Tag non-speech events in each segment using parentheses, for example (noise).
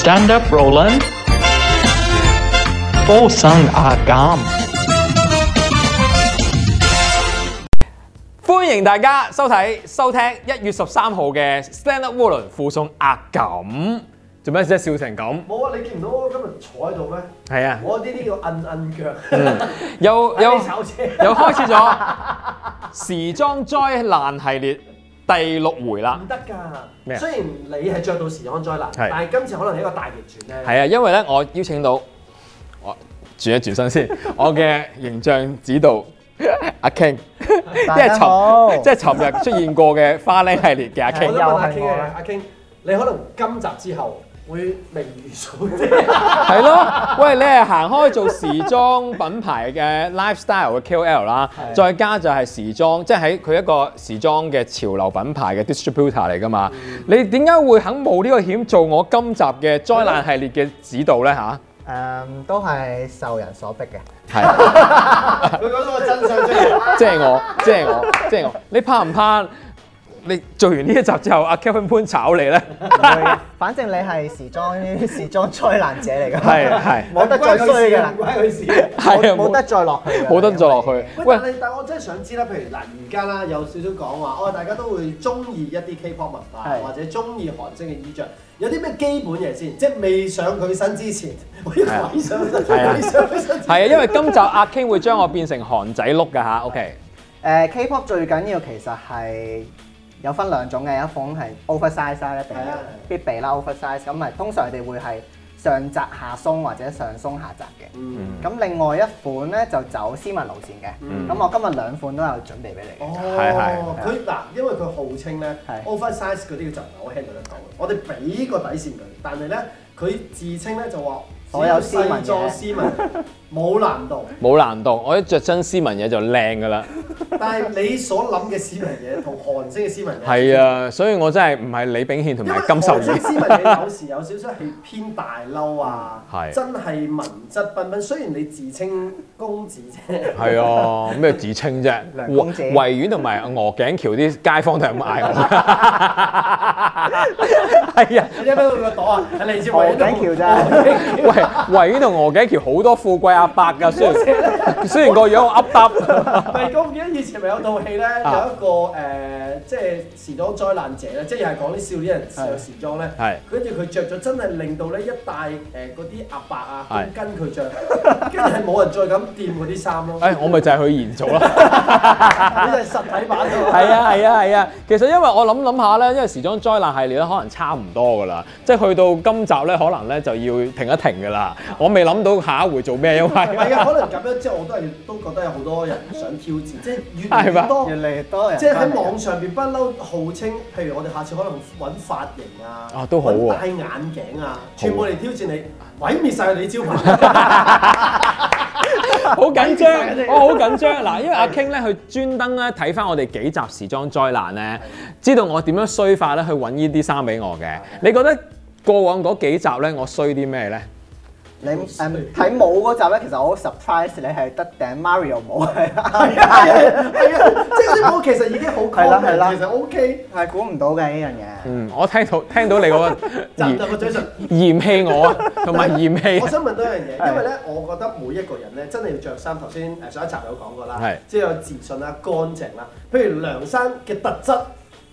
Stand up, Roland。附送阿減，歡迎大家收睇、收聽一月十三號嘅 Stand Up Wallen 附送壓感，做咩啫笑成咁？冇啊！你見唔到我今日坐喺度咩？係啊，哎我呢啲叫摁摁腳，嗯 (laughs) 又又有炒車，又開始咗時裝災難系列第六回啦唔。得咩啊㗎。雖然你係着到時裝災難，係但係今次可能係一個大逆轉咧。係啊，因為咧我邀請到我轉一轉身先， (laughs) 我嘅形象指導阿 King，即係尋即係尋日出現過嘅花靚系列嘅阿我 King 都。問阿又係 King 我啊啦，阿 King，你可能今集之後會名譽掃 (laughs) 地。係咯，喂，你係行開做時裝品牌 (laughs) 嘅 lifestyle 嘅 KOL 啦，係再加就係時裝，即係喺佢一個時裝嘅潮流品牌嘅 distributor 嚟噶嘛。你點解會肯冒呢個險做我今集嘅災難系列嘅指導咧吓，誒嗯都係受人所逼嘅， (laughs) 係，佢講咗個真相出嚟。即係我，即係我，即係我。你怕唔怕？你做完呢一集之後，阿 Kevin 潘炒你咧？唔會嘅反正你係時裝 (laughs) 時裝災難者嚟㗎，係係冇得再衰㗎啦唔，關佢事嘅。係啊，冇得再落去 (laughs) 㗎，冇得再落去。喂，喂但，係但係我真係想知啦，譬如嗱，而家啦有少少講話，哦，大家都會中意一啲 K-pop 文化，係或者中意韓式嘅衣着，有啲咩基本嘢先？即係未上佢身之前， (laughs) 我要啊鬼上身，係啊鬼上佢身之前。係啊，因為今集阿 King 會將我變成韓仔碌㗎吓 o k 誒呃 K-pop 最緊要其實係有分兩種嘅，一種係 oversize 啦，一定係啊必備啦 oversize，咁咪通常佢哋會係上窄下鬆或者上鬆下窄嘅。嗯。咁另外一款咧就走斯文路線嘅，咁、嗯我今日兩款都有準備俾你嘅。係啊哦，係佢嗱，因為佢號稱咧係 oversize 嗰啲佢就唔係好 handle 得到嘅。我哋俾個底線佢，但係咧佢自稱咧就話所有斯文嘢西裝斯文冇難度，冇難度，我一着真斯文嘢就靚噶啦。但係你所諗嘅斯文嘢同韓式嘅斯文嘢係啊，所以我真係唔係李炳憲同因埋為金秀韓式賢。斯文嘢有時有少少係偏大褸啊嗯係，真係文質彬彬。雖然你自稱公子啫， (laughs) 係啊，咩自稱啫？梁公子維維園同埋鵝頸橋啲街坊都係咁嗌我。 (laughs) 係啊，你睇唔睇到佢個 (laughs) 朵啊？係嚟自鵝頸橋咋喂，維園同鵝頸橋好多富貴阿伯㗎，雖然雖然個樣好噏耷。唔係，我唔記得以前咪有套戲咧，有啊一個誒、呃即係時裝災難者咧，即係又係講啲少年人着時裝咧，係跟住佢着咗真係令到咧一帶誒嗰啲阿伯啊係都跟佢着，跟住係冇人再敢掂嗰啲衫咯，誒，哎我咪就係去延續咯。你就係實體版啊嘛。係啊係啊係啊！其實因為我諗諗下咧，因為時裝災難系列咧，可能差唔多噶啦，即係去到今集咧，可能咧就要停一停噶啦。我未諗到下一回做咩，因為唔係啊，可能咁樣之後我都係都覺得有好多人想挑戰，即係越嚟係嘛越多越。嚟越多人即係喺翻嚟網上邊不嬲號稱，譬如我哋下次可能揾髮型啊，啊都好喎揾戴眼鏡啊，全部嚟挑戰你，毀滅晒你招牌。 (laughs) 好緊張，啊我好緊張。嗱，因為阿 King 咧，佢專登咧睇翻我哋幾集時裝災難咧，知道我點樣衰法咧，去揾呢啲衫俾我嘅。你覺得過往嗰幾集咧，我衰啲咩咧？你誒睇舞嗰集咧，其實我好 surprise 你係得頂 Mario 舞係 (laughs) 係啊係啊，即係啲我其實已經好 c 係啦 o 係 m 啦其實 OK。係估唔到嘅呢樣嘢。嗯，我聽到聽到你嗰個 (laughs) 站到嫌個嘴唇，嫌棄我啊，同埋嫌棄我啊。想問多一樣嘢，因為咧，我覺得每一個人咧，真係要着衫。頭先誒上一集有講過啦係，即係有自信啦、乾淨啦。譬如梁生嘅特質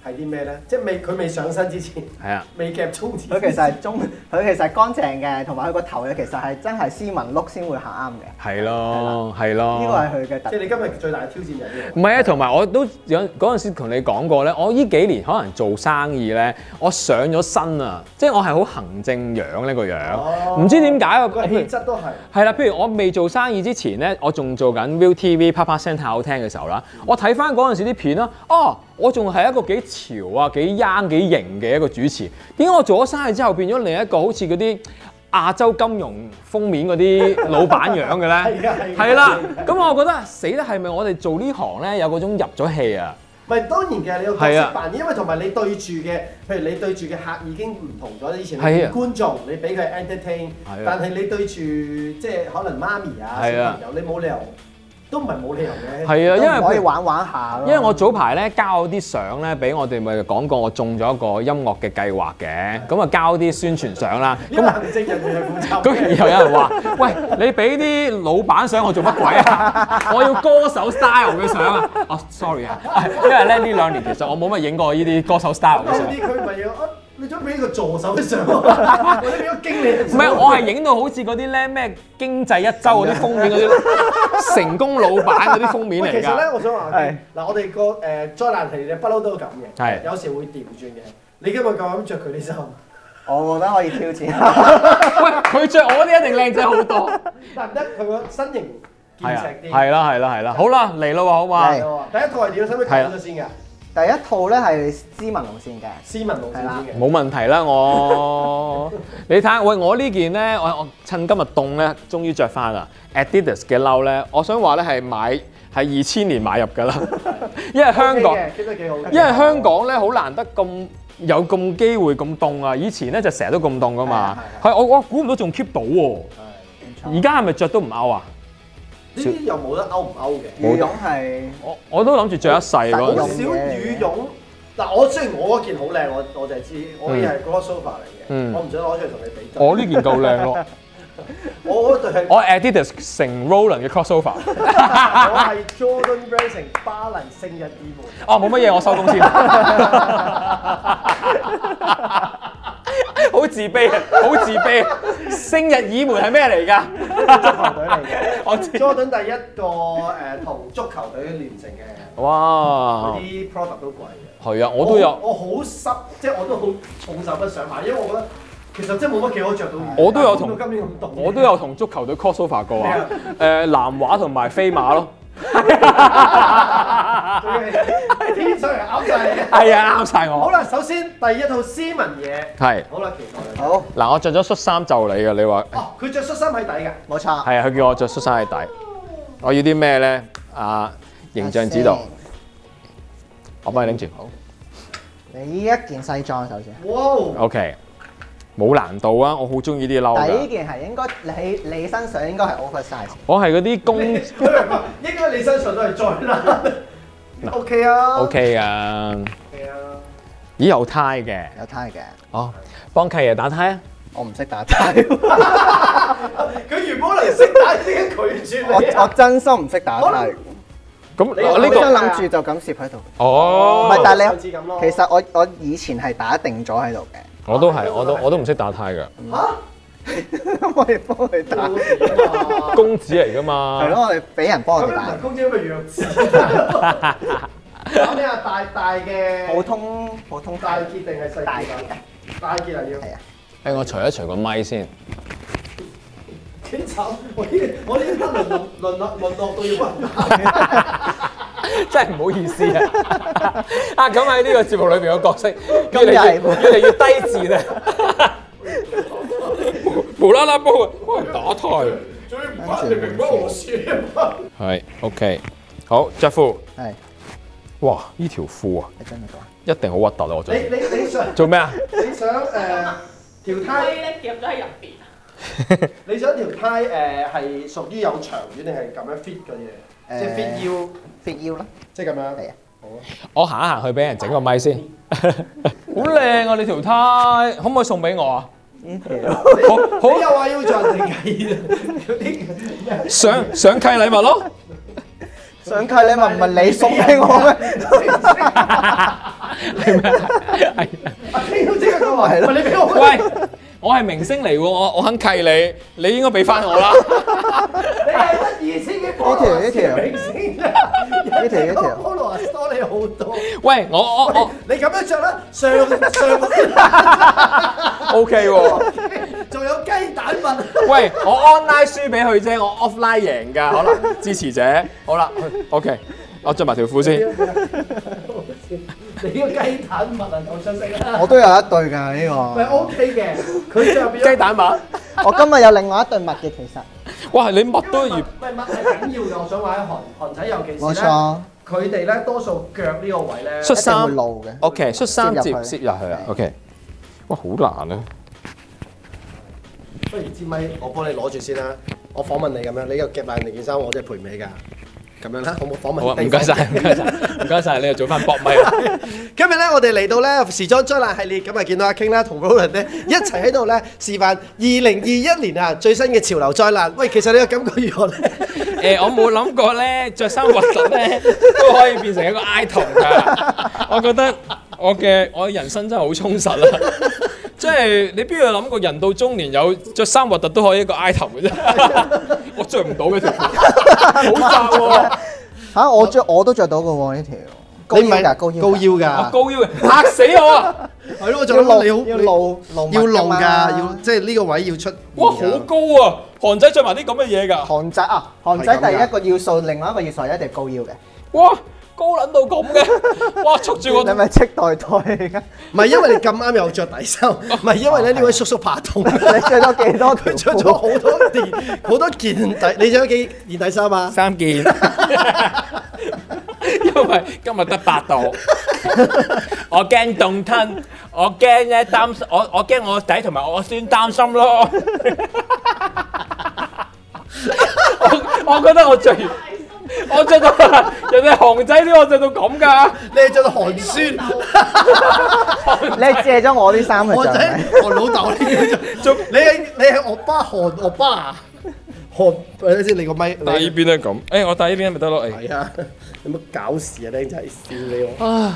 係啲咩咧？即係未佢未上身之前，係啊，未夾衝前，佢其實係中，佢其實係乾淨嘅，同埋佢個頭咧其實係真係斯文碌先會行啱嘅。係咯，係咯。呢個係佢嘅即係特。你今日最大嘅挑戰就係呢個唔。係啊，同埋我都有嗰陣時同你講過咧，我呢幾年可能做生意咧，我上咗身啊，即係我係好行政樣呢個樣，唔、知點解啊個氣質都係。係啦，譬如我未做生意之前咧，我仲做緊 Viu TV 啪啪聲太好聽嘅時候啦，我睇翻嗰陣時啲片啦，哦，我仲係一個幾潮啊、幾 young、幾型嘅一個主持，點解我做咗生意之後變咗另一個好似嗰啲亞洲金融封面嗰啲老闆樣嘅咧？ (laughs) 係啊係啊係啦，咁我覺得死啦，係咪我哋做呢行咧有嗰種入咗氣啊？唔係當然嘅，你要角係啊色扮演，因為同埋你對住嘅，譬如你對住嘅客已經唔同咗。以前你係啊觀眾，你俾佢 entertain，係啊但係你對住即係可能媽咪啊係小啊朋友，你冇理由都唔係冇理由嘅。係啊，因都為唔可以玩玩下咯。因為我早排咧交啲相咧俾我哋咪講過，我中咗一個音樂嘅計劃嘅，咁啊交啲宣傳相啦，因為行政人員係負 (laughs) 責咁然嘅後有人話：喂，你俾啲老闆相我做乜鬼啊？我要歌手 style 嘅相啊！哦，sorry 啊，因為咧呢兩年其實我冇乜影過呢啲歌手 style 嘅相 (laughs) 呢。啲佢咪要啊？你想俾個 (laughs) 助手上，或者俾個經理唔係，我係影到好似嗰啲咧咩經濟一周嗰啲封面嗰啲成功老闆嗰啲封面喂嚟其實㗎。咧，我想話係嗱，我哋個誒災難系列不嬲都係咁嘅，係有時會調轉嘅。你今日夠膽着佢啲衫？我覺得可以挑 (laughs) 戰下。喂，佢着我嗰啲一定靚仔 (laughs) 好多。難得佢個身形健係啊，碩啲。係啦，係啦，係啦。好啦，嚟啦喎，好嘛？嚟啊第一套係點？使唔使係啦講咗先㗎？第一套咧係斯文路線嘅，斯文路線先嘅。冇問題啦，我 (laughs) 你睇下，喂，我呢件咧，我我趁今日凍咧，終於着翻啦。Adidas 嘅褸咧，我想話咧係買係二千年買入㗎啦， (laughs) 因為香港 OK，嘅 keep 得幾好嘅。因為香港咧好難得咁有咁機會咁凍啊，以前咧就成日都咁凍㗎嘛，啊係我我估唔到仲 keep 到喎，而家係咪着都唔 out 啊？呢啲又冇得勾唔勾嘅。羽絨係我我都諗住着一世 (laughs) 好嗰好陣用少時嘅羽絨。嗱，我雖然我嗰件好靚，我我就係知，我嗰件係 crossover 嚟嗯嘅，我唔想攞出嚟同你比對。我呢件夠靚咯，我嗰對係我 Adidas 成 Roland 嘅 crossover。 (laughs) 我係 Jordan Brand 成巴黎聖日耳門。哦，冇乜嘢，我收工先。好自卑啊！好自卑啊！聖日耳門係咩嚟㗎？球隊嚟嘅。我知 Jordan 第一個誒同足球隊聯成嘅，嗰哇，啲 product 都貴嘅。係啊，哦我都有，我好濕，即係我都好重手不想買，因為我覺得其實真係冇乜幾可着到雨。我都有但係同到今年咁凍，我都有同足球隊 crossover 過咩啊啊。誒，南華同埋飛馬咯。 (laughs) 天水係啱晒你嘅。係啊，啱晒好我。啦，首先第一套斯文嘢，係好啦，期待啦。好嗱，我着咗恤衫就你㗎，你話哦，佢着恤衫喺底㗎，冇錯。係啊？佢叫我着恤衫係底，我要啲咩咧？啊，形象指導，我幫你拎住。你呢一件西裝首先，哇！哦 OK，冇難度啊！我好中意啲褸但係呢㗎。件係應該你你身上應該係 oversize。我係嗰啲 (laughs) 公。 (laughs) 應該你身上都係災難。O K 啊 O K 噶， K 啊。 (laughs) 咦有胎嘅，有呔嘅，哦，幫契爺打胎啊！我唔識打呔，佢原本嚟識打，點解拒絕 (laughs) 我你我啊？真心唔識打呔。咁我我呢呢個啊個諗住就咁攝喺度。唔哦，係，但好係似你咁咯其實我我以前係打定咗喺度嘅， (laughs) 我都係，我都我都唔識打胎 (laughs) 噶，嚇！我哋幫佢打，冇係事啊嘛公子嚟噶嘛， (laughs) 咯，我哋俾人幫咁我哋樣人打。工姐咪弱智。咁你啊大大嘅普通普通大結定係細結大啊嘅？大結啊要係。啊，誒我除一除個咪先，點慘？我呢我呢家淪落淪落淪落到要暈低。 (laughs) 真係唔好意思啊！ (laughs) 啊咁喺呢個節目裏邊嘅角色越日嚟係越越嚟越低智啦， (laughs) 無啦啦幫我幫人打胎啊，最唔關你明關我事啊！係 OK，好着褲，係哇呢條褲啊你真係講。一定好核突啊我你着，你你想做咩啊？你想誒條所胎以？咧夾咗喺入邊。啊你想條呔誒係屬於有長遠定係咁樣 fit 嘅嘢？即係 fit 腰， fit 腰啦，即係咁樣。係啊。我行一行去俾人整個咪先，好靚啊！你條呔可唔可以送俾我啊？好你好又話要做人哋計嗰啲上上契禮物咯，上契禮物唔係你送俾我咩？ (laughs) 係咩？係啊聽到即刻都話係咯喂你俾我，喂，我係明星嚟喎，我我肯契你，你應該俾翻我啦。你係得二千幾 follow 呢條明星啊！呢條呢條 follow 啊多你好多。喂，我我我你咁樣着啦，上上個 OK 喎。仲有雞蛋襪，喂，我 online 輸俾佢啫，我 offline 贏㗎，可能支持者。好啦，OK，我着埋條褲先。你個雞蛋襪啊夠出色啦。我都有一對㗎呢喂 OK 嘅，佢上邊雞蛋襪，個。我今日有另外一對襪嘅，其實哇！你乜都要唔。係襪係緊要嘅，我想話喺韓韓仔尤其冇是咧，錯，佢哋咧多數腳呢個位咧，恤一定會衫露嘅。 OK，恤衫攝入接去攝入去啊。OK，哇，好難啊！不如支咪我幫你攞住先啦。我訪問你咁樣，你又夾爛人哋件衫，我真係賠唔起㗎。咁樣啦，好冇訪問好啊，地唔該方晒，唔該晒，唔該晒，你又做翻搏 (laughs) 咪啦。今日咧，我哋嚟到咧時裝災難系列，咁啊見到阿 King 啦同 Roland 咧一齊喺度咧 (laughs) 示範二零二一年啊最新嘅潮流災難。喂，其實你個感覺如何咧？誒、我冇諗過咧，着衫核突 (laughs) 咧都可以變成一個 item 㗎。我覺得我嘅我人生真係好充實 (laughs) 啦。即係你邊度諗過人到中年有着衫核突都可以一個 item (laughs) 嘅啫？我着唔到嘅條褲，好窄 (laughs) 喎、嚇我着我都着到嘅喎呢條，高腰㗎，高腰 (laughs) 高㗎腰㗎我，高腰嘅嚇死我啊！係咯，我要仲諗露你好要露露要襪露㗎㗎，嘛要即係呢個位要出。哇，好高啊！韓仔着埋啲咁嘅嘢㗎，韓仔啊，韓係咁仔㗎第一個要素，另外一個要素係一定高腰嘅。哇，高撚到咁 (laughs) 嘅，哇，捉住我你咪戚代代唔係因為你咁啱有着底衫，唔係因為咧呢位叔叔怕痛， (laughs) 你着咗幾多佢條着咗褲？好多件好多件底，你着咗幾件底衫啊？三件， (laughs) 因為今日得八 (laughs) 度，我驚凍吞，我驚咧擔心，我我驚我仔同埋我孫擔心咯。 (laughs) 我我覺得我着完，我着到人哋韓仔啲，我着到咁㗎。你係着到寒酸，你借咗我啲衫去我着係仔咪，我老豆呢啲就你係你係惡巴寒惡巴啊！寒誒先，你個咪第二邊咧咁，誒我第二邊咪得咯，誒。係啊！ (laughs) 你乜搞事啊，僆仔笑你我！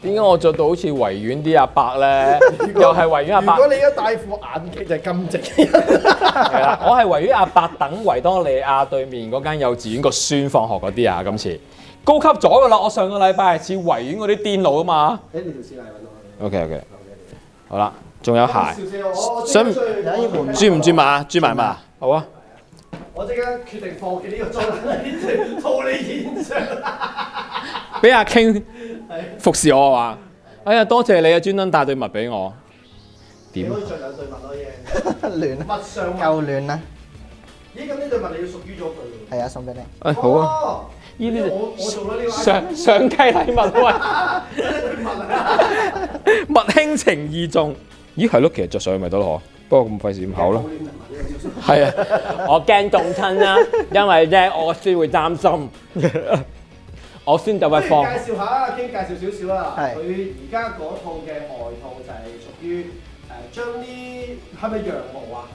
點解我着到好似維園啲阿伯 (laughs) 咧？又係維園阿如果伯，你一戴副眼鏡就係咁直嘅，係啦，我係維園阿伯等維多利亞對面嗰間幼稚園個孫放學嗰啲啊，今次高級咗噶啦！我上個禮拜係似維園嗰啲癲佬啊嘛。你條線嚟揾我。 OK OK，好啦，仲有鞋，少少，我想有一轉唔轉碼？轉埋碼，好啊。我即刻決定放棄呢個災難，逃離現場。俾阿 King 服侍我啊嘛。哎呀，多謝你啊，專登帶對襪俾我。你點啊可以着兩對襪咯，嘢暖啊，襪上襪。夠暖啦，咦，咁呢對襪你要屬於咗佢係啊，送俾你。哎，喎。好啊。哦呢啲就我我做咗呢個 (laughs) item，上上雞禮物喂。呢對襪啊， (laughs) 物輕情意重。咦，係咯，其實着上去咪得咯，不過咁費事咁厚啦。係啊，我驚凍親 (laughs) 啦，因為咧我孫會擔心，我孫就會不放如。介紹下啊，傾介紹少少啦。係佢而家嗰套嘅外套就係屬於誒將啲係咪羊毛啊？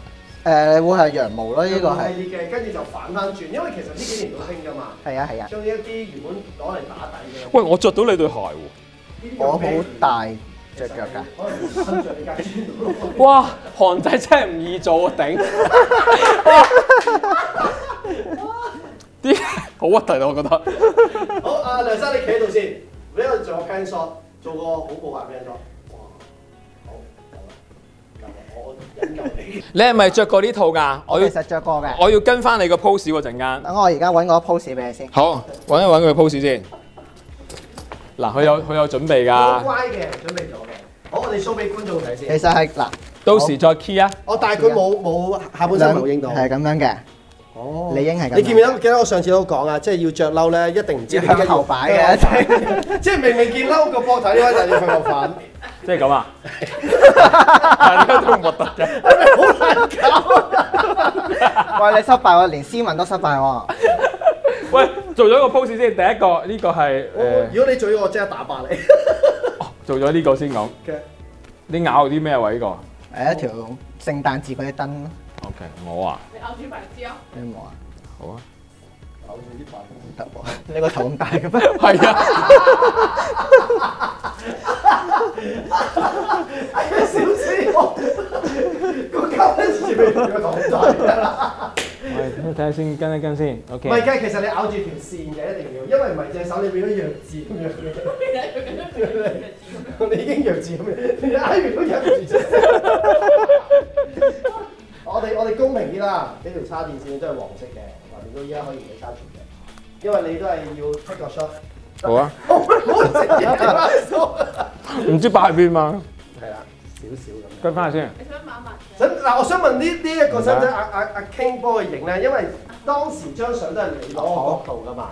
誒，會係羊毛咯，呢個係系列嘅，跟住就反翻轉，因為其實呢幾年都興噶嘛，係啊係啊，將呢一啲原本攞嚟打底嘅。喂，我着到你對鞋喎。呢啲我用好咩大其隻實腳㗎。可能伸著你架磚度咯。哇，韓仔真係唔易做啊，頂！哇 (laughs) 啲好核突啊，我覺得。 (laughs) 好，阿梁生你企喺度先，你喺度做個 pan shot，做個好步伐 pan shot。哇，好，夠啦，夠啦，我忍夠你。你係咪着過呢套㗎？我我要其實着過嘅。我要跟翻你個 pose 喎陣間。等我而家揾個 pose 俾你先。好，揾一揾佢 pose 先。嗱，佢有佢有準備好啊㗎。乖嘅，準備咗嘅。好，我哋 show 俾觀眾睇其先。實係嗱，到時再 key 啊！我哦但係佢冇冇下半身冇影到。啊係咁 (laughs) 樣嘅，哦理應係咁樣啊你見唔見到？記得我上次都講啊，即係要着褸咧，一定唔知要向後擺嘅。 (laughs) 即係明明見褸個膊頭呢位，但係要向後反。即係咁 (laughs) 啊！係呢都核突嘅。喂，你失敗喎，連斯文都失敗喎。喂，做咗個 pose 先，第一個呢、個係誒、哦我如果你做咗，我即刻打爆 (laughs) 你。做咗呢個先講。嘅你咬啲咩位呢、個係一條聖誕節嗰啲燈咯， ？OK，我啊，你咬住白蕉，你有冇啊？好啊，唔得喎，你個頭咁大 (laughs) 嘅咩？係啊，小師我個交得住未同佢講大。我睇下先，跟一跟先。唔 OK，係嘅，其實你咬住條線嘅一定要，因為唔係隻手你變咗弱智咁樣嘅。 (laughs) 你已經弱智咁樣，你挨完都忍唔住 (laughs) 隻手。我哋我哋公平啲啦，呢條叉電線都係黃色嘅，話面都依家可以唔使叉住嘅，因為你都係要 take 個 shot。好啊，我唔好食嘢啦，唔知擺邊嘛？ (laughs) 係啦，少少咁樣。跟翻下先。你想抹一抹嘅？想嗱，我想問呢呢一個使唔使阿阿阿 King 幫佢影咧？因為當時張相都係你攞我角度噶嘛，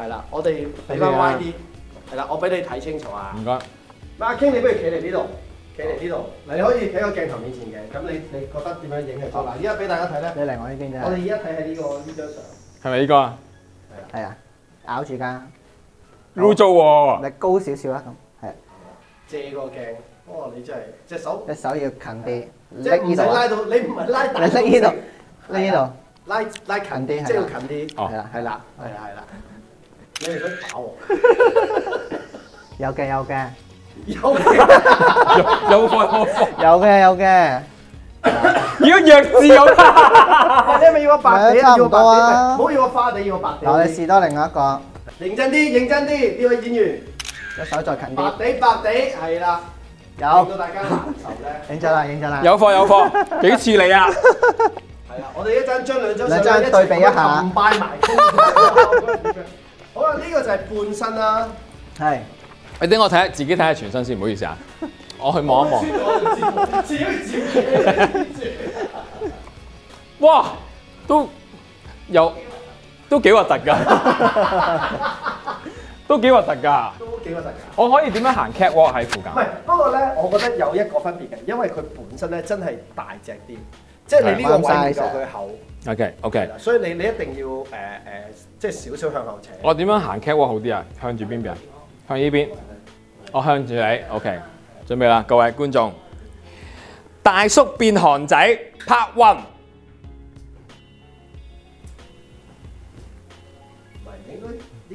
係啦，我哋嗯俾翻歪啲，係啦，我俾你睇清楚啊。唔該。嗱，阿 King 你不如企嚟呢度，企嚟呢度，嗱你可以喺個鏡頭面前嘅，咁你你覺得點樣影係好？嗱，而家俾大家睇咧，你嚟我呢邊我哋啫。而家睇下呢個呢張相，係咪呢個啊？係啊，咬住㗎，污糟喎，你高少少啦咁，係借個鏡，哇！你真係隻手，隻手要近啲，即係唔拎使呢拉度，啊到，你唔係拉大，你拎呢度，拎呢度，拉拉近近啲啲，即係要近啲，度，係啦係係啦，啦， (laughs) 係啦，係啦。你唔想啊打 (laughs) 我？有嘅有嘅有嘅，有有放有放，有嘅有嘅，如果弱智有你係咪要個白地？係啊差要個唔多白地，啊唔好要個花地，要個嗱我白哋地。試多另外一個，認真啲，認真啲，呢位演員，隻手再近白啲，地白地，係啦，令到有，大家難受咧。影咗啦影咗啦， (laughs) 有放有放，幾似你啊？係啦，我哋一陣將兩張兩相張一齊對比一下咁樣拜埋傾偈。好啦，呢個就係半身啦。係你等我睇下自己睇下全身先，唔好意思啊，我去望一望。我自己自己。哇，都有都幾核突㗎， (laughs) 都幾核突㗎。都幾核突㗎。我可以點樣行 catwalk 喺附近唔？係，不過咧，我覺得有一個分別嘅，因為佢本身咧真係大隻啲，即係你呢個位唔夠佢厚， OK 係 OK，啦，所以你你一定要誒誒、即係少少向後扯。我點樣行 catwalk 好啲啊？向住邊邊啊？向呢邊，我向住你。OK，準備啦，各位觀眾，大叔變韓仔 Part One，唔係應該應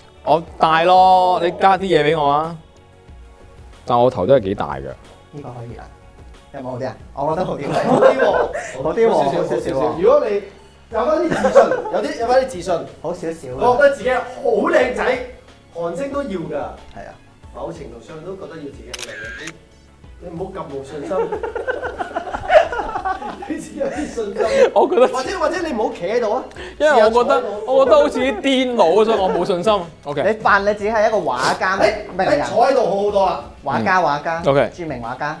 (laughs) 我大咯，你加啲嘢俾我啊！但我頭都係幾大嘅，呢個可以啊，有冇好啲啊？我覺得好好啲，啲喎，好啲喎好少少，好少好少少喎少。如果你有翻啲自信，有啲有翻啲自信。好少少我啊覺，得自己好靚仔，韓星都要㗎，係啊，某程度上都覺得要自己好靚仔。你唔好咁冇 (laughs) 信心，你自己有啲信心。我覺得，或者或者你唔好企喺度啊，因為我覺試下坐喺得度我覺得好似啲癲佬，所以我冇信心。你 OK 扮你自己係一個畫家誒咩咩人誒？坐喺度好好多啦。畫家畫家 OK 著名畫家，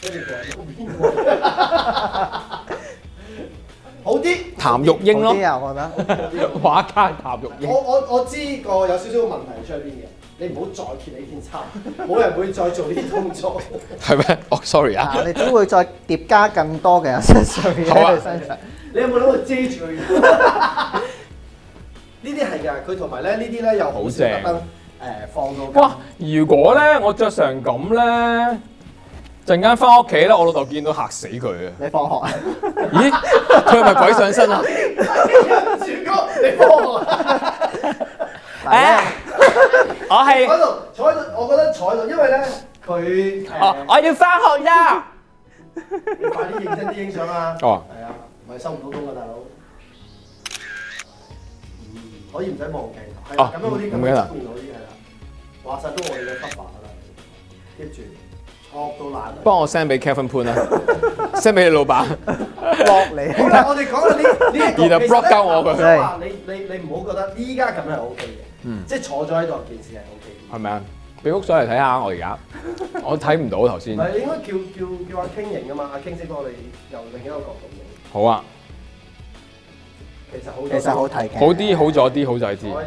跟住邊個？好啲。譚玉英好咯，啲啊，我覺得。畫家譚玉我英，我我知個有少少問題出喺邊嘅，你唔好再揭你件衫，冇人會再做呢啲動作。係咩？哦，sorry 啊 (laughs) 啊！你只會再疊加更 (laughs) 多嘅 accessory 好啊喺你身上。你有冇諗過遮住佢？呢啲係㗎，佢同埋咧呢啲咧又好少特登誒放到咁。哇！如果咧我着成咁咧，陣間翻屋企咧，我老豆見到嚇死 (laughs) 佢啊！你放學 (laughs) 啊？咦，佢係咪鬼上身啊？全哥，你幫我 (laughs) 誒，我 (laughs) 坐喺係度，坐喺度，我覺得坐喺度，因為咧佢我誒，哦我要翻學啦！你快啲認真啲影相啊！哦係啊，唔係收唔到工㗎，大佬。嗯可以唔使望鏡頭，係啦啊哦，咁樣嗰啲咁唔緊樣啦側面嗰啲係啦，啊話晒都我哋嘅 cover 啦，跟住錯到爛。啊幫我 send 俾 Kevin Pan 啦，send 俾你老闆。落 (laughs) 好你啦，我哋講到呢呢一個，然後 block 鳩我佢其實咧話你你你唔好覺得依家咁樣係 O K 嗯嘅，即係坐咗喺度件事係 O K 嘅。係咪啊？俾幅相嚟睇下，我而家我睇唔到頭唔先。係你應該叫叫叫阿 King 影啊嘛，阿 King 識幫我哋由另一個角度影，好啊，其實好其實好睇嘅。好啲，好咗啲，好咗坐啲喺。度係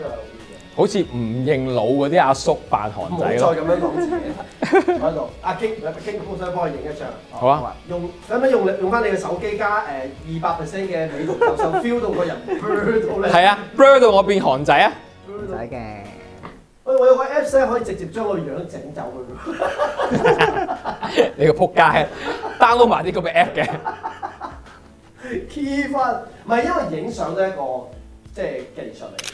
好似唔認老嗰啲阿叔扮韓好仔嘅，唔咯。好再咁樣講自己。坐喺度，阿 King 阿 King 好想幫我影一張，好啊，用使唔使用力用翻你嘅手機加誒二百 percent 嘅美圖秀秀 feel 到個人 blur 到咧？係啊，blur 到我變韓仔啊！ blur 唔到使嘅。喂，我有個 Apps 咧，可以直接將個樣整走佢喎。你個仆街，download 埋啲咁嘅 app 嘅。 key 翻，唔係因為影相都係一個即係技術嚟嘅，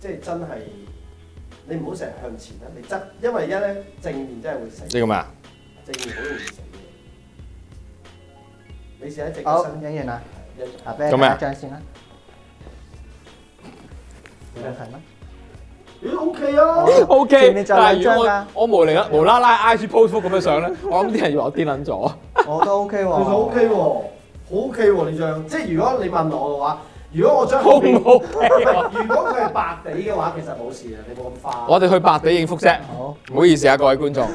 即係真係你唔好成日向前啦，你側，因為一咧正面真係會死，你咁啊？正面好容易死嘅。你試下直個好，身，影完啦，一啊，俾你咁咩睇啊一張先啦。你睇咩？ (laughs) 咦 OK 啊， (laughs) O 哦前 K，面就但係兩如張果啦，我我無理啦無啦啦 IG post 幅咁嘅相咧， (laughs) 我諗啲人以為我癲撚咗。我都 OK 其喎。實 OK 喎，好 OK 喎呢張，即係如果你問我嘅話，如果我將好後唔面，好聽啊？如果佢係白地嘅話，其實冇事嘅，啊你冇咁花。我哋去白地應輻啫，好，唔好意思啊，各位觀眾。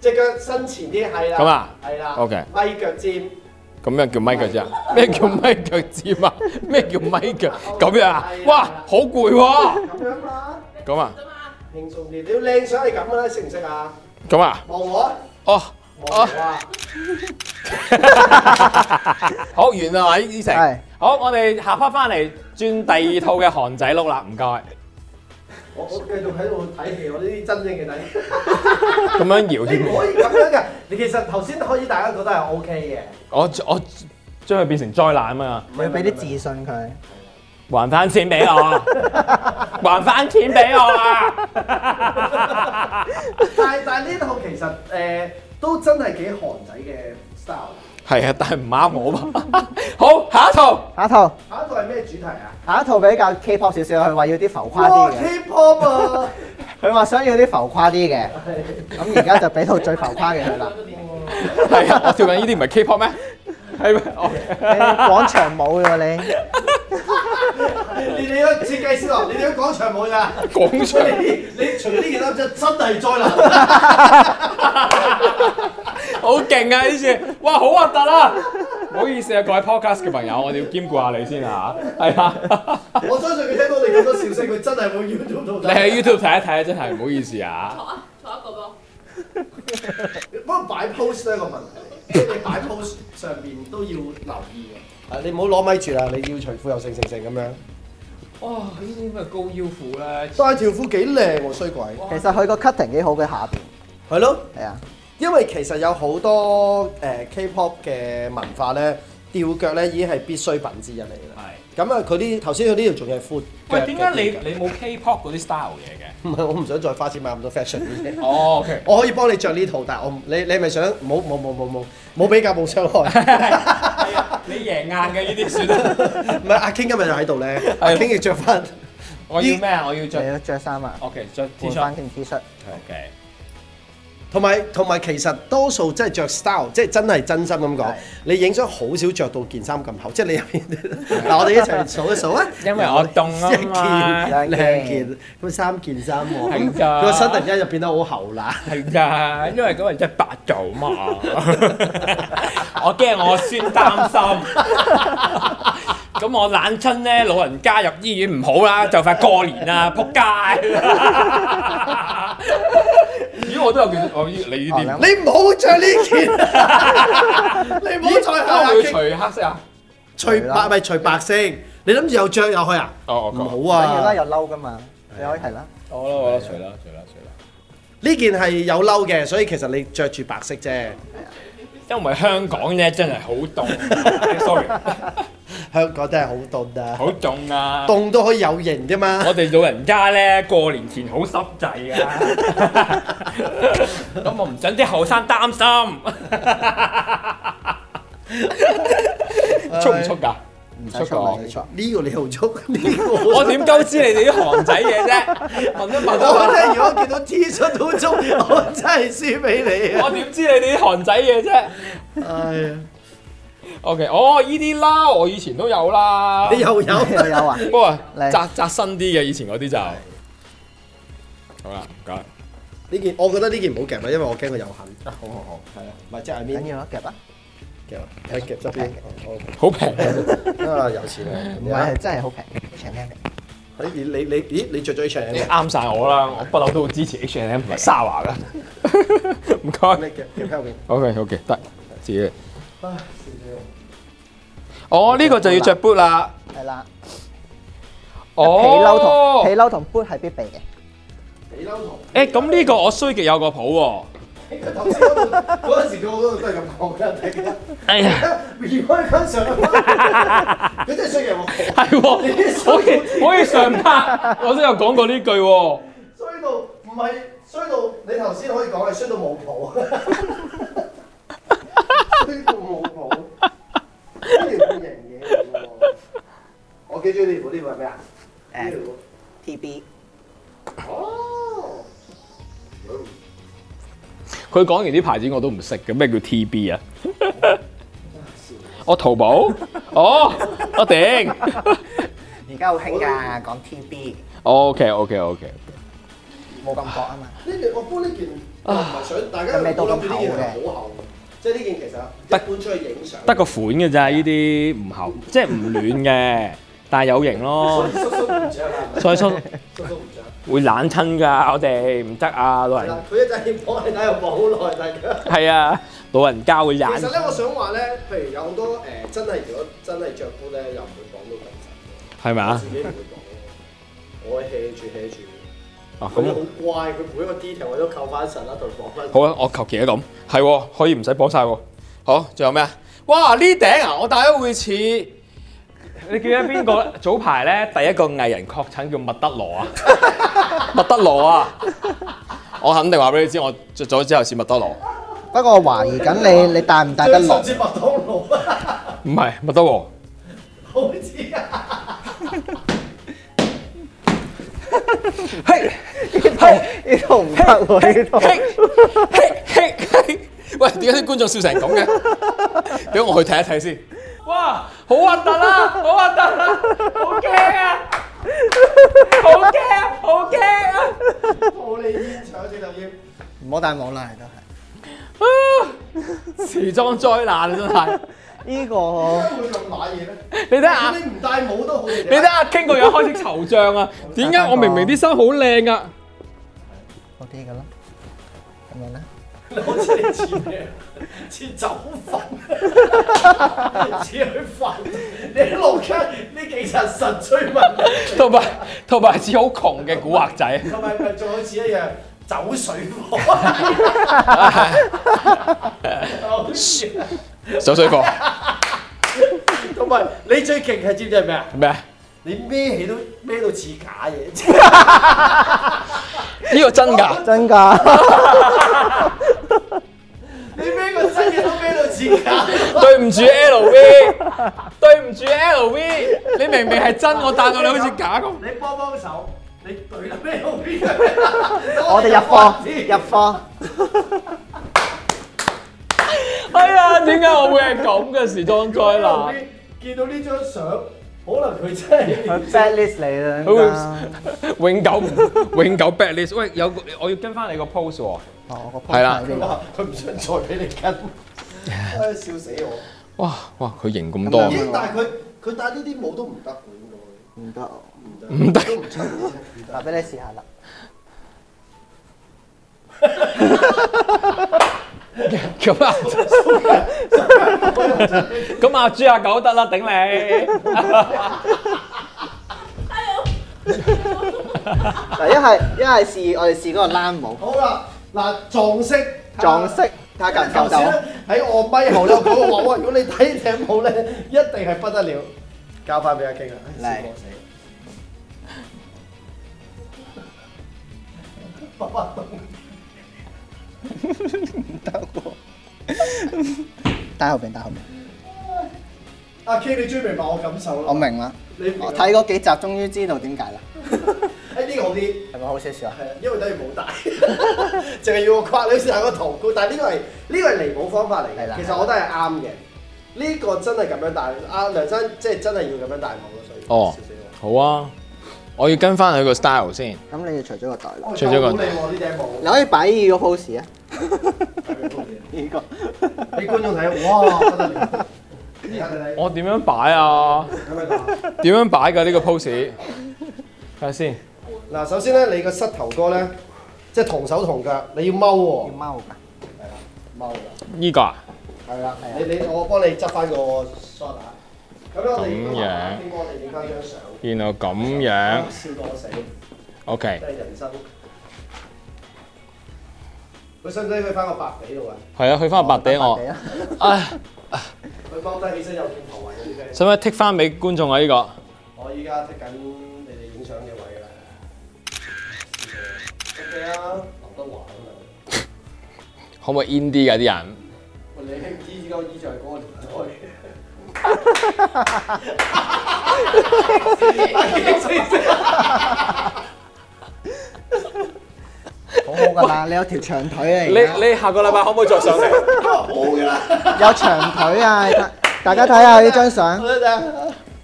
只腳伸前啲，係啦，咁啊係啦 OK 咪腳尖，咁樣叫咪腳尖啊？咩叫咪腳尖啊？咩叫咪腳？咁樣啊？哇，好攰喎！咁樣啦，咁啊，輕鬆啲。你要靚相係咁噶啦，識唔識啊？咁啊，望我，哦，望我啊！好完啦，喂，依成係。好，我哋下 part 翻嚟轉第二套嘅韓仔碌啦，唔該。我我繼續喺度睇戲，我呢啲真正嘅睇戲。咁樣搖你唔添，可以咁樣㗎。你其實頭先開始大家覺得係 O K 我我將佢變成災難啊嘛！嘅，你要俾啲自信佢。還翻錢俾我啊！還翻錢俾我啊！但係但係呢套其實誒、呃都真係幾韓仔嘅 style。係啊，但係唔啱我嘛。好，下一套下一套，下一套係咩主題啊？下一套比較 K-pop 少少，佢話要啲浮誇哇啲嘅， ！K-pop (laughs) 啊！佢話想要啲浮誇 (laughs) 啲嘅，咁而家就俾套最浮誇嘅 (laughs) 佢啦，係啊，我跳緊呢啲唔係 K-pop 咩？係咩哦你？OK 廣場舞嘅喎你，你你個設計師啊郎，你哋都廣場舞 (laughs) 㗎？廣場你你除咗呢件衫之後，真係災 (laughs) 難。好勁啊！呢次，哇，好核突啊！唔好意思啊，各位 podcast 嘅朋友，我哋要兼顧下你先啊，係啊，我相信佢聽到你咁多笑聲，佢真係會 YouTube 度你喺 YouTube 睇一睇啊，真係唔好意思啊。 (laughs) 不過擺 post 都係一個問題，即係你擺 post 上邊都要留意嘅。啊！你唔好攞咪住啦，你要除褲又成成成咁樣。哇，呢啲咩高腰褲咧？但係條褲幾靚喎，衰鬼。其實佢個 cutting 幾好嘅下邊，係咯，係啊，因為其實有好多誒、呃 K-pop 嘅文化咧，吊腳咧已經係必需品之一嚟㗎啦。係。咁啊，佢啲頭先佢呢條仲係闊腳喂，嘅點解吊腳你你冇 K-pop 嗰啲 style 嘢嘅？唔係我唔想再花錢買咁多 fashion 嘅 (laughs) 嘢。哦，OK。我可以幫你着呢套，但係我唔你你係咪想冇冇冇冇冇冇比較冇傷害。係啊， (laughs) 你贏硬嘅呢啲算啦。唔係阿 King 今日就喺度咧，阿 King 要着翻。我要咩啊？我要你着要着衫啊， OK，着 T 恤換翻。件 T 恤， OK。同埋同埋，其實多數真係着 style，即係真係真心咁講係。你影相好少着到件衫咁厚，即係你入邊。 (laughs) 嗱，我哋一齊數一數啊！因為我凍啊嘛。嘛一件兩件，咁三件衫喎。係㗎咁個身突然間就變得好厚啦。係㗎，因為嗰人真係白做 (laughs) 嘛。我驚我孫擔心。咁我冷親咧，老人家入醫院唔好啦，就快過年啦，撲街。咦，我都有件，我呢你呢哦啲。你唔好着呢 (laughs) 件，你唔好再係阿我會 King 除黑色啊。除白咪除白色，你諗住又着又去啊？哦，我唔不好如啦啊！又嬲噶嘛，你可以係啦，好啦，好啦，除啦，除啦，除啦。呢件係有褸嘅，所以其實你着住白色啫。因為香港咧真係好凍，sorry，香港真係好凍啊！好凍啊！凍都可以有型啫嘛。我哋老人家咧過年前好濕滯啊，咁我唔想啲後生擔心。速唔速㗎？唔唔使哦速錯，㗎唔。使錯，呢個你好足，呢個我我點鳩知你哋啲韓仔嘢啫？問都問我到真係如果見到 T 恤都足，我真係輸俾你我，我啊！點知你哋啲韓仔嘢啫哎呀， ？OK，哦，依啲啦，我以前都有啦。你又有 (laughs) 又有啊，不過嚟扎扎新啲嘅，以前嗰啲就好啦，唔該。呢件，我覺得呢件唔好夾啊啦，因為我驚佢有痕。好好好，係啊，唔係即係 I 緊 mean 要啊，夾啊，夾啊，係夾側邊。哦好平，哦啊，有錢啊！唔你啊係係真係好平，平平嘅，你 (laughs) 你你你咦？你着咗呢場嘢你咩？啱晒我啦！我不嬲都好支持 H&M 同埋沙華噶， (laughs) 唔該。你夾夾喺後 (laughs) 邊。 OK OK，得自己。哦，呢個就要着 boot 啦。係啦，皮褸哦同，皮褸同 boot 係必備嘅，你嬲同誒，咁呢個我衰極有個譜喎。佢頭先嗰度嗰陣時，佢嗰度都係咁講嘅。 (laughs) 哎呀，如果佢上 (laughs) 佢真係衰人喎，係喎， (laughs) 好似好似上 part 我都有講過呢句喎。衰到唔係衰到，你頭先可以講係衰到冇譜，衰到冇譜，呢條褲型嘢嚟嘅喎。我幾中意呢條褲，呢條係咩啊？呢條誒褲 TB 哦，佢講完啲牌子我都唔識嘅，咩叫 TB 啊？ (laughs) 我淘寶，哦，我頂，家好興㗎，講 TB OK OK OK，冇感覺啊嘛。呢件我估呢件我唔係想大家有咩啊都咁諗住呢件係好厚，即係呢件其實得一般出去影相得個款嘅咋，呢啲唔厚，即係唔暖嘅， (laughs) 但係有型所咯以。 (laughs) 叔叔唔着啦，所以叔叔叔唔着。會冷親㗎，我哋唔得啊，老人 (laughs) 嗱，佢一陣要幫你睇又望好耐，大家。係啊，老人家會冷其。實咧，我想話咧，譬如有好多誒、呃真係如果真係着高咧，又唔會講到咁實嘅，係咪我啊自？己唔會講咯。我 hea 住 hea 住，啊佢咁都好乖，佢每一個 detail 我都扣翻實啦，同佢講翻。好啊，我求其都咁，係喎，可以唔使綁晒喎。好，仲有咩啊？哇！呢頂啊，我戴咗會似 (laughs) 你記得邊個？早排咧第一個藝人確診叫麥德羅啊， (laughs) 麥德羅啊，我肯定話俾你知，我着咗之後似麥德羅，不過我懷疑緊你，你帶唔帶得落上？次麥當勞啊，唔係麥德羅。好似啊，嘿，呢套唔得喎，呢套。嘿，嘿，嘿，嘿，喂，點解啲觀眾笑成咁嘅？俾我去睇一睇先。哇，好核突啊！好核突啊！好驚啊！好驚啊！好驚啊！冇你煙腸直頭要唔好戴網啦，都係。啊！時裝災難啊，真係！呢個會咁揦嘢咧。你睇 (laughs) 下你唔戴帽都好，你你睇下傾個樣開始惆悵啊！點解我明明啲衫好靚啊？嗰啲㗎啦，咁樣咧。好似你似咩？似走粉，似去瞓。你一路跟呢幾日神追問人。同埋同埋似好窮嘅古惑 (laughs) 仔，同埋佢仲好似一樣走水貨，好笑。上水貨同埋你最勁係知唔知係咩啊？咩啊？你孭起都孭到似假嘢，即呢個真㗎，真㗎，你孭個真嘢都孭到似假。對唔住 LV，對唔住 LV，你明明係真，我戴到你好似假咁。你幫幫手，你懟得咩好邊啊我 (laughs) 我哋入貨，入貨。哎呀，點解我會係咁嘅時裝災難？見到呢張相，可能佢真係。佢 bad list 你啦，佢永久唔永久 bad list。喂，有個我要跟翻你個 pose 喎。哦，我個係啦鋪頭呢哇！佢唔想再俾你 (laughs) 跟，唉，笑死我！哇哇，佢型咁啊多多，咦？但係佢佢戴呢啲帽都唔得嘅喎，個唔得，唔得。都唔襯嘅。嗱俾你試下啦。咁啊，咁啊，豬阿狗得啦，頂你！嗱，一係一係試我哋試嗰個冷舞好啦，嗱撞色啊撞色，啊睇下夠唔夠到頭先。咧喺我咪後咧講我話，哇！如果你睇呢頂帽咧，一定係不得了。交翻俾阿 King 啊！唉笑我死！爸爸 (laughs) 凍戴後邊，戴後邊，阿 King，你終於明白我感受啦。我明啦。你明白 (laughs) 我睇嗰幾集，終於知道點解啦。誒呢個好啲。係咪好少少啊？係啊，因為等於冇戴， (laughs) 淨係要我框女先戴個頭箍。但係呢個係呢個係離譜方法嚟係啦嘅，其實我覺得係啱嘅。呢個真係咁樣戴，阿梁生即係真係要咁樣戴帽咯，所以哦笑死我好啊，我要跟翻佢個 style 先。咁你要除咗個袋啦。我除咗個夠好你喎呢頂你帽，可以擺呢個 pose 啊，呢個俾觀眾睇，哇不得了！你睇你睇，我點樣擺啊？咁樣戴點樣擺㗎呢個 pose？睇下先。嗱，首先咧，你個膝頭哥咧，即係同手同腳，你要踎喎要，踎㗎。係啦，踎啦，呢個啊？係啦係啊，你你我幫你執翻個梳打，咁咧我哋咁樣應該我哋影翻張相。原來咁樣。笑到我死，真 OK。係人生。佢使唔使去翻個白地度啊？係啊，去翻個白地我。唉，佢踎低起身又見頭暈嗰啲咩？使唔使剔翻俾觀眾啊？呢個我依家剔緊你哋影相嘅位㗎啦。OK 啊，劉德華咁樣。可唔可以 in 啲㗎啲人？喂，你唔知依家衣著係嗰個年 (laughs) 代。(laughs) 好好㗎啦，你有條長腿啊，而你下個禮拜可唔可以再上嚟？好㗎啦，家有長腿啊，大大家睇下呢張相，得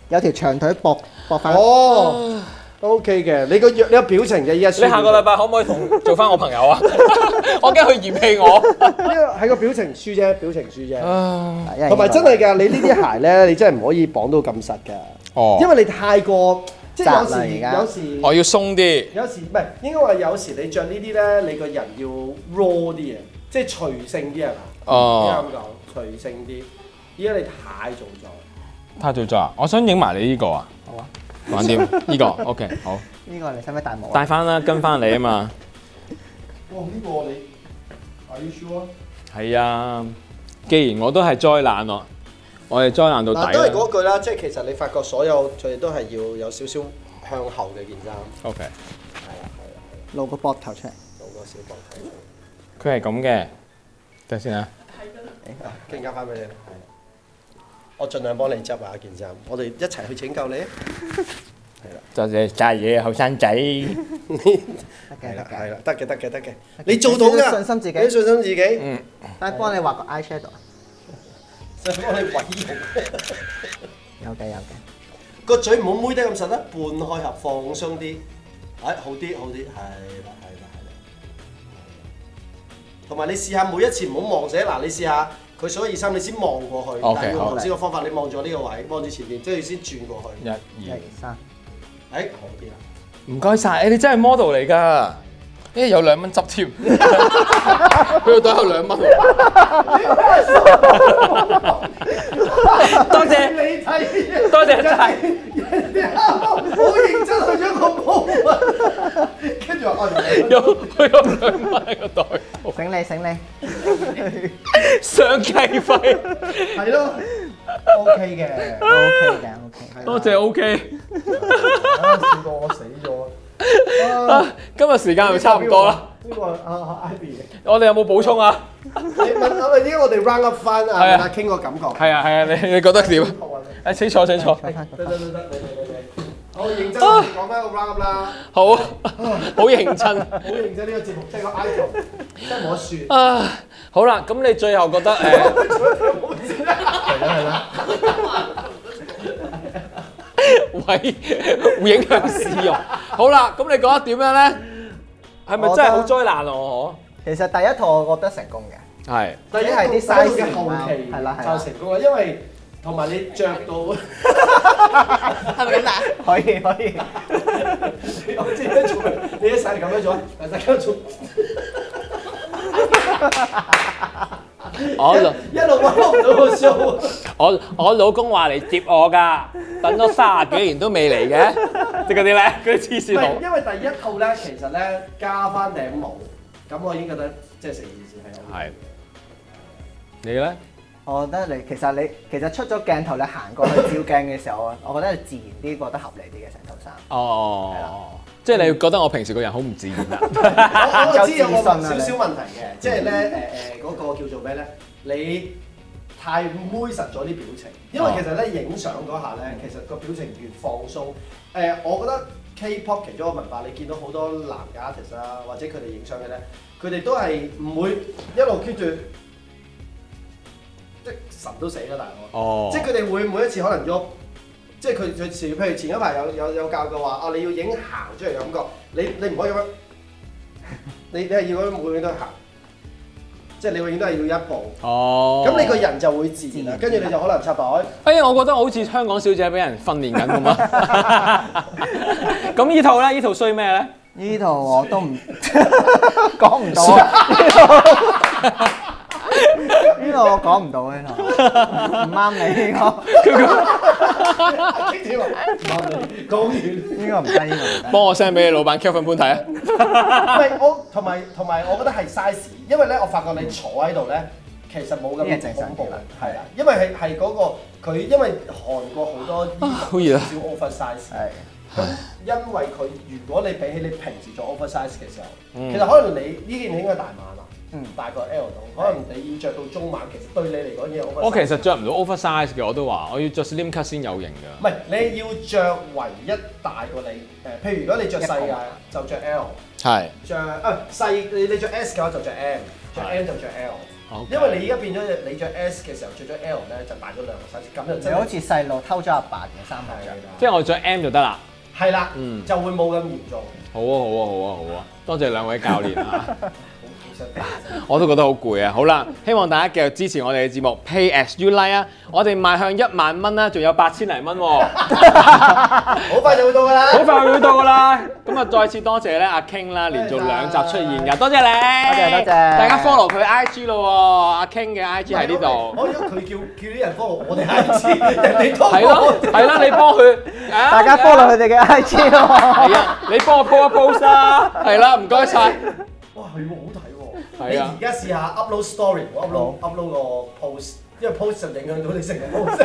有條長腿膊搏翻。哦，OK 嘅，你個樣你個表情嘅依 (laughs) 家你下個禮拜可唔可以同做翻我朋 (laughs) 友啊？我驚佢嫌棄 (laughs) 我。呢個係個表情輸啫，表情輸啫。Ờ, 因為同埋真係㗎，你呢啲鞋咧，你真係唔可以綁到咁實㗎。哦因為你太過即係有窄啦時而家有時我要鬆啲。有時唔係應該話有時你着呢啲咧，你個人要 raw 啲嘅，即係隨性啲係嘛？啱哦，講隨性啲。依家你太做作，太做作啊！我想影埋你呢個啊。好啊，玩掂呢個 OK 好。呢個你使唔使戴帽啊？帶翻啦，跟翻你啊嘛。哇！呢個你 Are you sure？係啊，既然我都係災難咯，我哋災難到嗱，底都係啦。嗰句啦，即係其實你發覺所有佢哋都係要有少少向後嘅件衫， OK，露個膊頭出嚟。露個小 (laughs) 膊頭，佢係咁嘅。等先啊。傾交翻俾你啦。係啦我盡量幫你執下件衫，我哋一齊去拯救你啊！就係曬嘢後生仔。得嘅，係得啦，嘅係。啦，得嘅，得嘅，得嘅，你做到你㗎，信心自己你信心自己。嗯，但係幫你畫個 eye shadow，想幫嗯你毀容，有嘅有嘅。 (laughs) 個嘴唔好妹得咁實啦，半開合，放鬆啲，哎，好啲，好啲，係啦，係啦，係啦。同埋你試下每一次唔好望死，嗱，你試下佢數一二三，你先望過去 OK，但係要好望先個方法，你望咗呢個位，望住前面，即係先轉過去一。一二二。三，哎，好啲啦。唔該晒，誒你真係 model 嚟㗎，誒有兩蚊執 (laughs) 添，俾我袋有兩蚊。多謝你睇，多謝晒，好認真去咗個鋪啊， (laughs) 跟住話我有佢有兩蚊喺個袋，醒你醒你。上計費。係 (laughs) 咯，OK 嘅。 OK 嘅 OK。多謝 OK，試過我死咗啊！今日時間又差唔多 (laughs) 啦，。呢個啊，Ivy 嘅。我哋有冇補充啊？你問啊，依家我哋 round up 翻啊，係啊問下傾個感覺。係啊係啊， (laughs) 你你覺得點啊？誒請坐請 (laughs) 坐，得得得得，你你你你，好認真我哋講翻個 round up 啦，好啊， (laughs) 好認真。好認真呢個節目真係個 idol，真係冇得輸。啊，好啦，咁你最後覺得 (laughs) 誒，喂，會影響市容。好啦，咁你覺得點樣咧？係咪真係好災難啊？我其實第一套我覺得成功 (laughs) 嘅，係第一係啲 size 嘅後期就成功啦，因為同埋你着到， (laughs) 係咪咁啊打？可以可以。我知你做，你一世咁樣做，但大家做我老一路揾唔到個 show。我我老公話嚟接我㗎，等咗三十幾年都未嚟嘅，即係嗰啲咧，嗰啲黐唔線佬係，。因為第一套咧，其實咧加翻頂帽，咁我已經覺得即係成件事係 OK 係你咧？我覺得你其實你其實出咗鏡頭，你行過去照鏡嘅時候啊， (laughs) 我覺得你自然啲，覺得合理啲嘅成套衫。 (laughs) 哦，即係你覺得我平時個人好唔自然啊？我我知有個有自信啊少你少問題嘅，即係咧誒誒嗰個叫做咩咧？你太妹實咗啲表情，因為哦其實咧影相嗰下咧，其實個表情越放鬆。誒、我覺得 K-pop 其中一個文化，你見到好多男嘅 artist 啦，或者佢哋影相嘅咧，佢哋都係唔會一路 keep 住。即係神都死啦，大佬！哦即係佢哋會每一次可能喐，即係佢佢譬如前一排有有有教嘅話，啊你要影行出嚟嘅感覺，你你唔可以咁樣。 (laughs) 你你係要咁每永遠都行，即係你永遠都係要一步。哦，咁你個人就會自然啦，自跟住你就可能插袋。 (laughs) 哎呀，我覺得我好似香港小姐俾人訓練緊咁 (laughs) 啊！咁呢套咧，呢套衰咩咧？呢套我都唔講唔到 (laughs) 啊！呢套我講唔到呢套，唔啱你 (laughs) 呢跟住話唔啱你講 (laughs) 完。個，呢個唔得，呢個唔得。幫我 send 俾你老闆 Kevin 潘睇啊！唔係我同埋同埋，我覺得係 size，因為咧我發覺你坐喺度咧，其實冇呢係正咁常恐怖嘅啦，係啦，因為係係嗰個佢，因為韓國好多衣好熱啊少 oversize。係因為佢如果你比起你平時做 oversize 嘅時候，嗯其實可能你呢件應該大碼啦，嗯大過 L 度，可能你要着到中碼，其實對你嚟講嘢 oversize。我其實着唔到 oversize 嘅，我都話我要着 slim cut 先有型唔㗎。係你要着唯一大過你誒，譬如如果你着細一個嘅碼就着 L，係着啊細你你着 S 嘅話就着 M，着係 M 就着 L， OK 因為你而家變咗你着 S 嘅時候，着咗 L 咧就大咗兩個 size，咁就你真好係似細路偷咗阿爸件衫嚟係着。啦即係我着 M 就得啦。係啦嗯，就會冇咁嚴重。好啊，好啊，好啊，好啊！多謝兩位教練啊， (laughs) 好好想打真我都覺得好攰啊。好啦，希望大家繼續支持我哋嘅節目 Pay as you like 啊！我哋邁向一萬蚊啦，仲有八千零 (laughs) 蚊喎。好快就會到㗎啦。好快會到噶啦！咁啊，再次多謝咧阿 King 啦，連續兩集出現㗎，多謝你，多謝多謝大家 follow 佢 IG 咯喎，阿 King 嘅 IG 喺呢度，我因哦為佢叫叫啲人 follow 我哋 IG，人哋都係咯係咯，你幫佢，大大家 follow 佢哋嘅 IG 係喎。啊，你幫我 po 一 post 啦，係啦，唔該晒，哇，係喎，好睇喎。係啊你而家試下 upload story，我 upload upload 個 post，因為 post 就影響到你成個 post。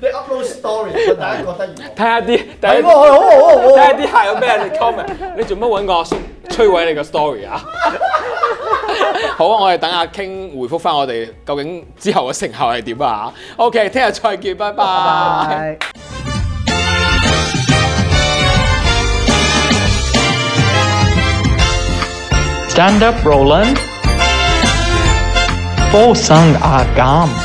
你 upload story，大家覺得如何？睇下啲，係睇喎，好好哦好 (laughs) 睇好下。啲客有咩 comment，你做乜揾我摧毀你個 story 啊？ (laughs) 好啊，我哋等阿 King 回覆翻我哋究竟之後嘅成效係點啊？OK，聽日再見，拜拜。拜。 Stand up, Roland. Bosang agam.